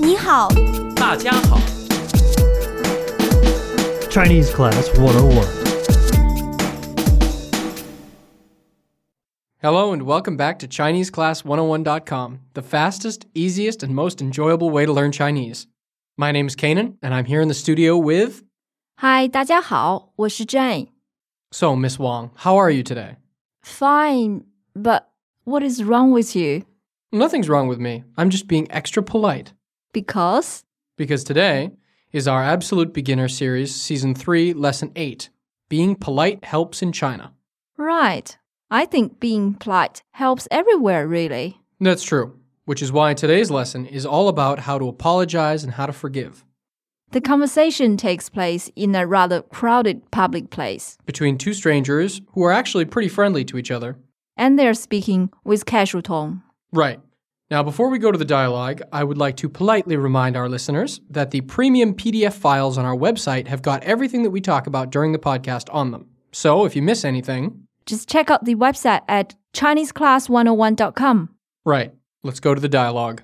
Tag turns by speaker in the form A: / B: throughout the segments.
A: 你好，
B: 大家好，
C: Chinese class 101.
D: Hello and welcome back to ChineseClass101.com, the fastest, easiest, and most enjoyable way to learn Chinese. My name's Kanan, and I'm here in the studio with.
A: 嗨，大家好，我是 Jane。
D: So, Miss Wong, how are you today?
A: Fine, but what is wrong with you?
D: Nothing's wrong with me. I'm just being extra polite.
A: Because
D: Because today is our Absolute Beginner Series, Season 3, Lesson 8 Being Polite Helps in China.
A: right, I think being polite helps everywhere. Really.
D: That's true, which is why today's lesson is all about how to apologize and how to forgive.
A: The conversation takes place in a rather crowded public place,
D: Between two strangers who are actually pretty friendly to each other,
A: and they're speaking with casual tone.
D: Right. Now, before we go to the dialogue, I would like to politely remind our listeners that the premium PDF files on our website have got everything that we talk about during the podcast on them. So if you miss anything,
A: Just check out the website at ChineseClass101.com.
D: right, let's go to the dialogue.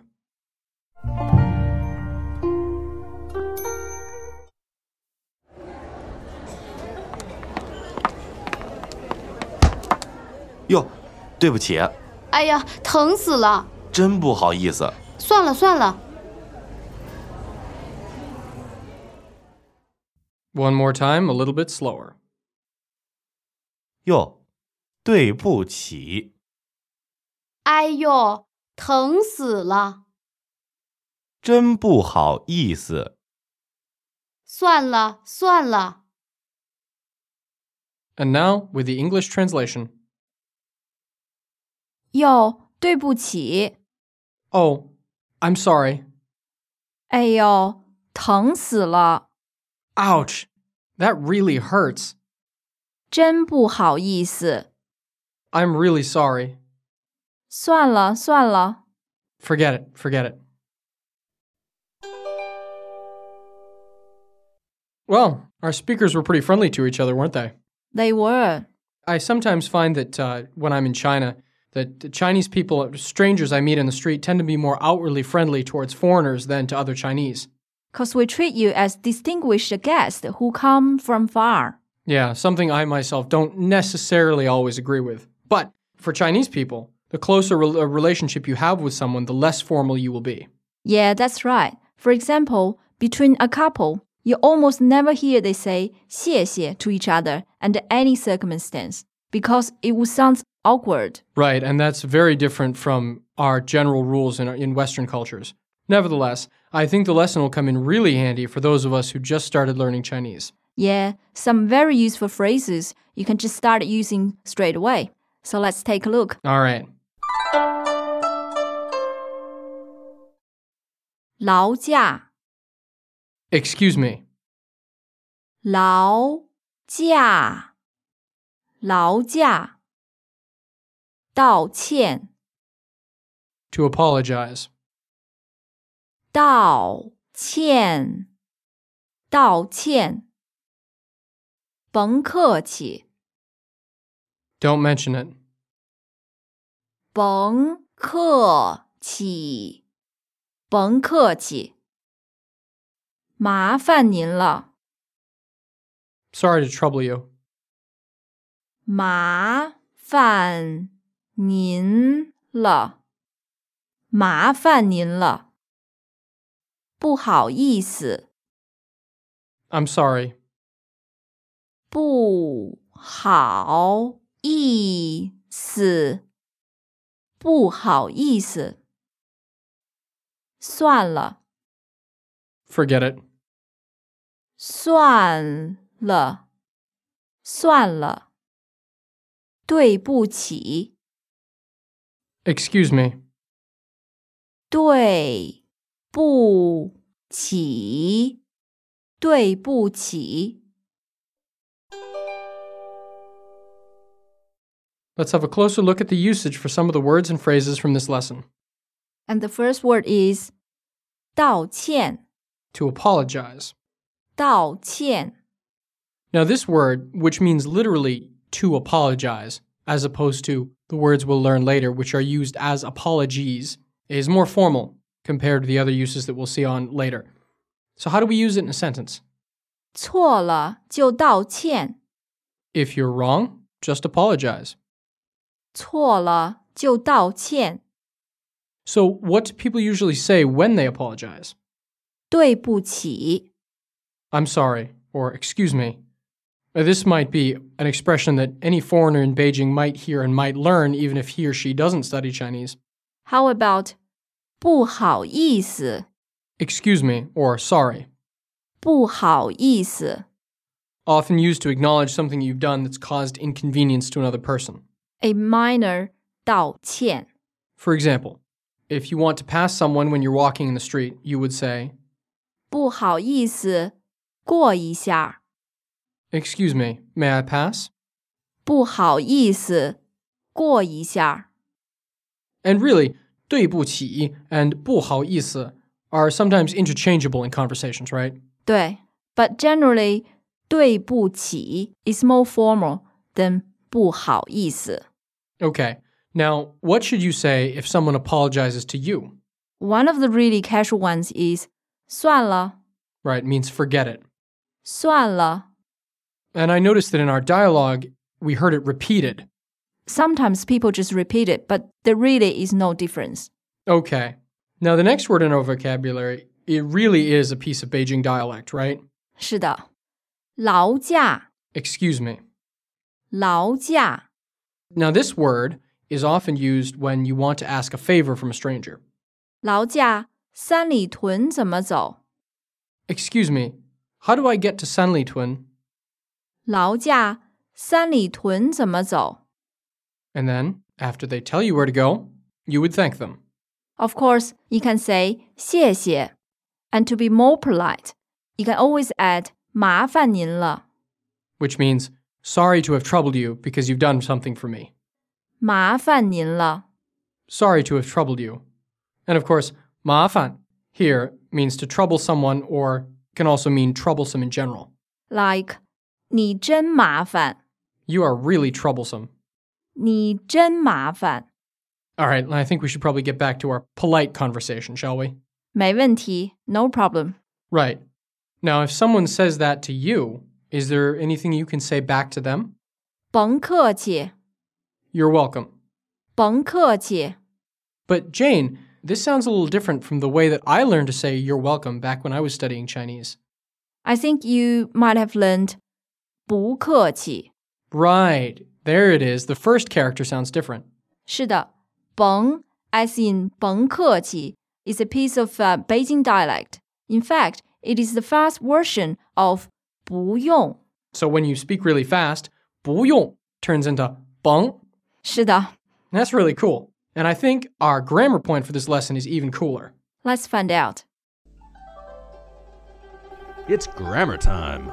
E: 哟，对不起，
F: 哎呀，疼死了！
E: 真不好意思。
F: 算了算了，
D: One more time, a little bit slower.
E: 哟，对不起，
F: 哎呦，疼死了！
E: 真不好意思。
F: 算了算了，
D: And now with the English translation.
A: 哟，对不起，
D: Oh, I'm sorry.
A: 哎呦，疼死了，
D: Ouch. That really hurts.
A: 真不好意思。
D: I'm really sorry.
A: 算了算了，
D: Forget it. Forget it. Well, our speakers were pretty friendly to each other, weren't they?
A: they were
D: I sometimes find that uh, when I'm in China, that the Chinese people, uh, strangers I meet in the street, tend to be more outwardly friendly towards foreigners than to other Chinese.
A: cause we treat you as distinguished guests who come from far.
D: Yeah, something I myself don't necessarily always agree with. But for Chinese people, the closer rel- a relationship you have with someone, the less formal you will be.
A: Yeah, that's right. For example, between a couple, you almost never hear they say 谢谢 to each other under any circumstance because it would sound awkward.
D: Right, and that's very different from our general rules in, in Western cultures. Nevertheless, I think the lesson will come in really handy for those of us who just started learning Chinese.
A: Yeah, some very useful phrases you can just start using straight away. So let's take a look.
D: All right.
A: 劳驾，
D: Excuse me.
A: 劳驾， 劳驾，道歉。
D: To apologize.
A: 道歉，道歉，甭客气，
D: Don't mention it.
A: 甭客气，甭客气，麻烦您了，
D: Sorry to trouble you.
A: 麻烦您了，麻烦您了，不好意思，
D: I'm sorry.
A: 不好意思，不好意思，算了，
D: Forget it.
A: 算了，算了，对不起，
D: Excuse me.
A: 对不起，对不起，
D: Let's have a closer look at the usage for some of the words and phrases from this lesson.
A: And the first word is 道歉，
D: To apologize.
A: 道歉。
D: Now, this word, which means literally to apologize, as opposed to the words we'll learn later, which are used as apologies, is more formal. compared to the other uses that we'll see on later. So, how do we use it in a sentence?
A: 错了就道歉，
D: If you're wrong, just apologize.
A: 错了就道歉，
D: So, what do people usually say when they apologize?
A: 对不起，
D: I'm sorry, or excuse me. Uh, This might be an expression that any foreigner in Beijing might hear and might learn, even if he or she doesn't study Chinese.
A: How about 不好意思？
D: Excuse me, or sorry.
A: 不好意思。
D: Often used to acknowledge something you've done that's caused inconvenience to another person.
A: A minor 道歉。
D: For example, if you want to pass someone when you're walking in the street, you would say,
A: 不好意思，过一下。
D: Excuse me, may I pass?
A: 不好意思，过一下。
D: And really, 对不起 and 不好意思 are sometimes interchangeable in conversations, right?
A: 对，but generally，对不起 is more formal than 不好意思。
D: Okay. Now, what should you say if someone apologizes to you?
A: One of the really casual ones is 算了，
D: Right, means forget it.
A: 算了。
D: And I noticed that in our dialogue, we heard it repeated.
A: Sometimes people just repeat it, but there really is no difference.
D: Okay. Now, the next word in our vocabulary, it really is a piece of Beijing dialect, right?
A: 是的，劳驾，
D: Excuse me.
A: 劳驾。
D: Now, this word is often used when you want to ask a favor from a stranger.
A: 劳驾，三里屯怎么走？
D: Excuse me, how do I get to Sanlitun?
A: 劳驾，三里屯怎么走
D: And then, after they tell you where to go, you would thank them.
A: ？Of course, you can say 谢谢，and to be more polite, you can always add 麻烦您了，
D: which means sorry to have troubled you because you've done something for me.
A: 麻烦您了。
D: Sorry to have troubled you. And of course, maafan here means to trouble someone or can also mean troublesome in general.
A: Like 你真麻烦，
D: You are really troublesome.
A: 你真麻烦，
D: All right, I think we should probably get back to our polite conversation, shall we?
A: 没问题，no problem。
D: Right. Now, if someone says that to you, is there anything you can say back to them?
A: 甭客气，
D: You're welcome.
A: 甭客气。
D: But Jane, this sounds a little different from the way that I learned to say you're welcome back when I was studying Chinese.
A: I think you might have learned 不客气。
D: Right. There it is. The first character sounds different.
A: 是的，甭 as in 甭客气 is a piece of、uh, Beijing dialect. In fact, it is the fast version of 不用。
D: So when you speak really fast, 不用 turns into 甭.
A: 是的
D: And that's really cool. And I think our grammar point for this lesson is even cooler.
A: ，Let's find out.
B: It's grammar time.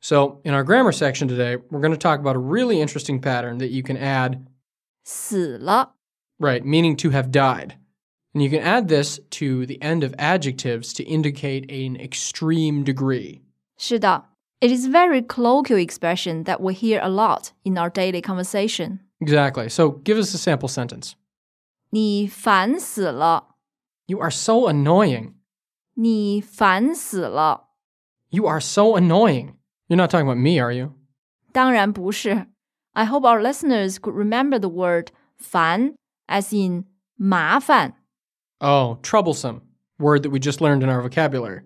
D: So in our grammar section today, we're going to talk about a really interesting pattern that you can add,
A: 死了，
D: right, meaning to have died. And you can add this to the end of adjectives to indicate an extreme degree.
A: 是的。It is very colloquial expression that we hear a lot in our daily conversation.
D: Exactly. So give us a sample sentence.
A: 你烦死了，
D: You are so annoying.
A: 你烦死了。
D: You are so annoying. You're not talking about me, are you?
A: 当然不是。I hope our listeners could remember the word 烦 as in 麻烦。
D: Oh, troublesome. Word that we just learned in our vocabulary.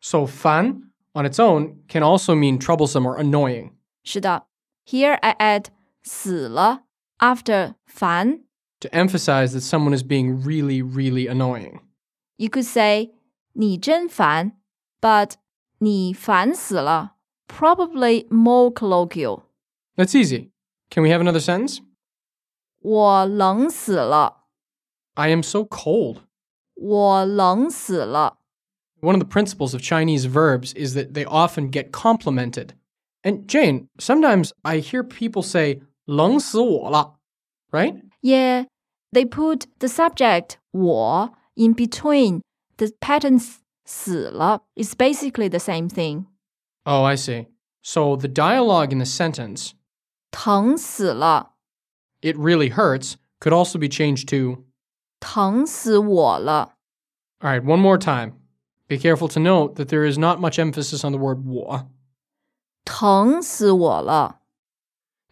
D: So fan on its own can also mean troublesome or annoying.
A: 是的，Here I add 死了 after 烦。
D: To emphasize that someone is being really, really annoying.
A: You could say 你真烦，but 你烦死了，probably more colloquial。
D: That's easy. Can we have another sentence?
A: 我冷死了，
D: I am so cold.
A: 我冷死了。
D: One of the principles of Chinese verbs is that they often get complemented. And Jane, sometimes I hear people say 冷死我了, right?
A: Yeah, they put the subject 我 in between the pattern 死了 is basically the same thing.
D: Oh, I see. So the dialogue in the sentence
A: 疼死了，
D: it really hurts could also be changed to
A: 疼死我了。
D: All right, one more time. Be careful to note that there is not much emphasis on the word 我.
A: 疼死我了。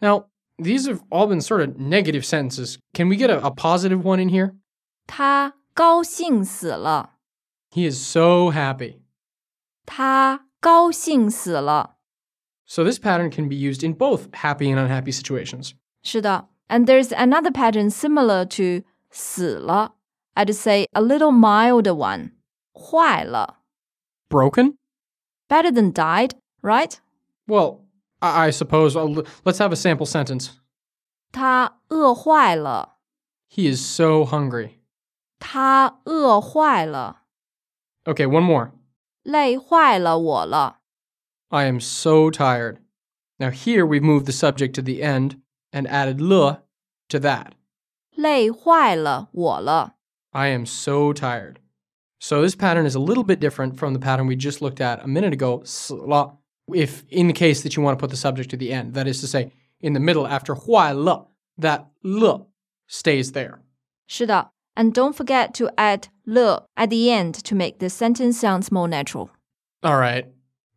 D: Now, these have all been sort of negative sentences. Can we get a, a positive one in here?
A: 他高兴死了。
D: He is so happy.
A: 他高兴死了。
D: So this pattern can be used in both happy and unhappy situations.
A: 是的，and there's another pattern similar to 死了。I'd say a little milder one. 坏了
D: Broken?
A: better than died, right?
D: Well, I, I suppose. I'll, let's have a sample sentence.
A: 他饿坏了。
D: He is so hungry.
A: 他饿坏了，
D: Okay, one more.
A: 累坏了我了。
D: I am so tired. Now, here we've moved the subject to the end and added le to that.
A: 累坏了我了。
D: I am so tired. So, this pattern is a little bit different from the pattern we just looked at a minute ago, sla, if in the case that you want to put the subject to the end. That is to say, in the middle after hua le, that le stays there.
A: 是的，and don't forget to add le at the end to make the sentence sounds more natural.
D: All right.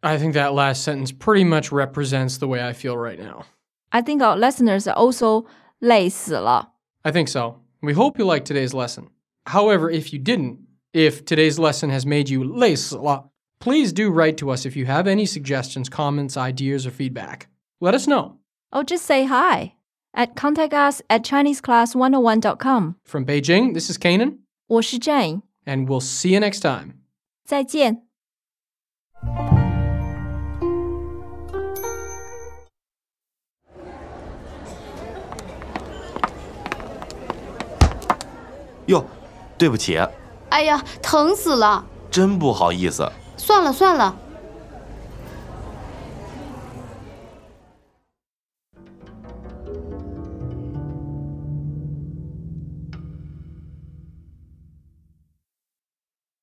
D: I think that last sentence pretty much represents the way I feel right now.
A: I think our listeners are also 累死了。
D: I think so. We hope you liked today's lesson. However, if you didn't, if today's lesson has made you 累死了, please do write to us if you have any suggestions, comments, ideas, or feedback. Let us know.
A: Or Oh, just say hi. At contact us at ChineseClass101.com.
D: From Beijing, this is Kanan,
A: 我是 Jane，
D: and we'll see you next time.
A: 再见。
E: 哟，对不起，
F: 哎呀，疼死了！
E: 真不好意思。
F: 算了算了。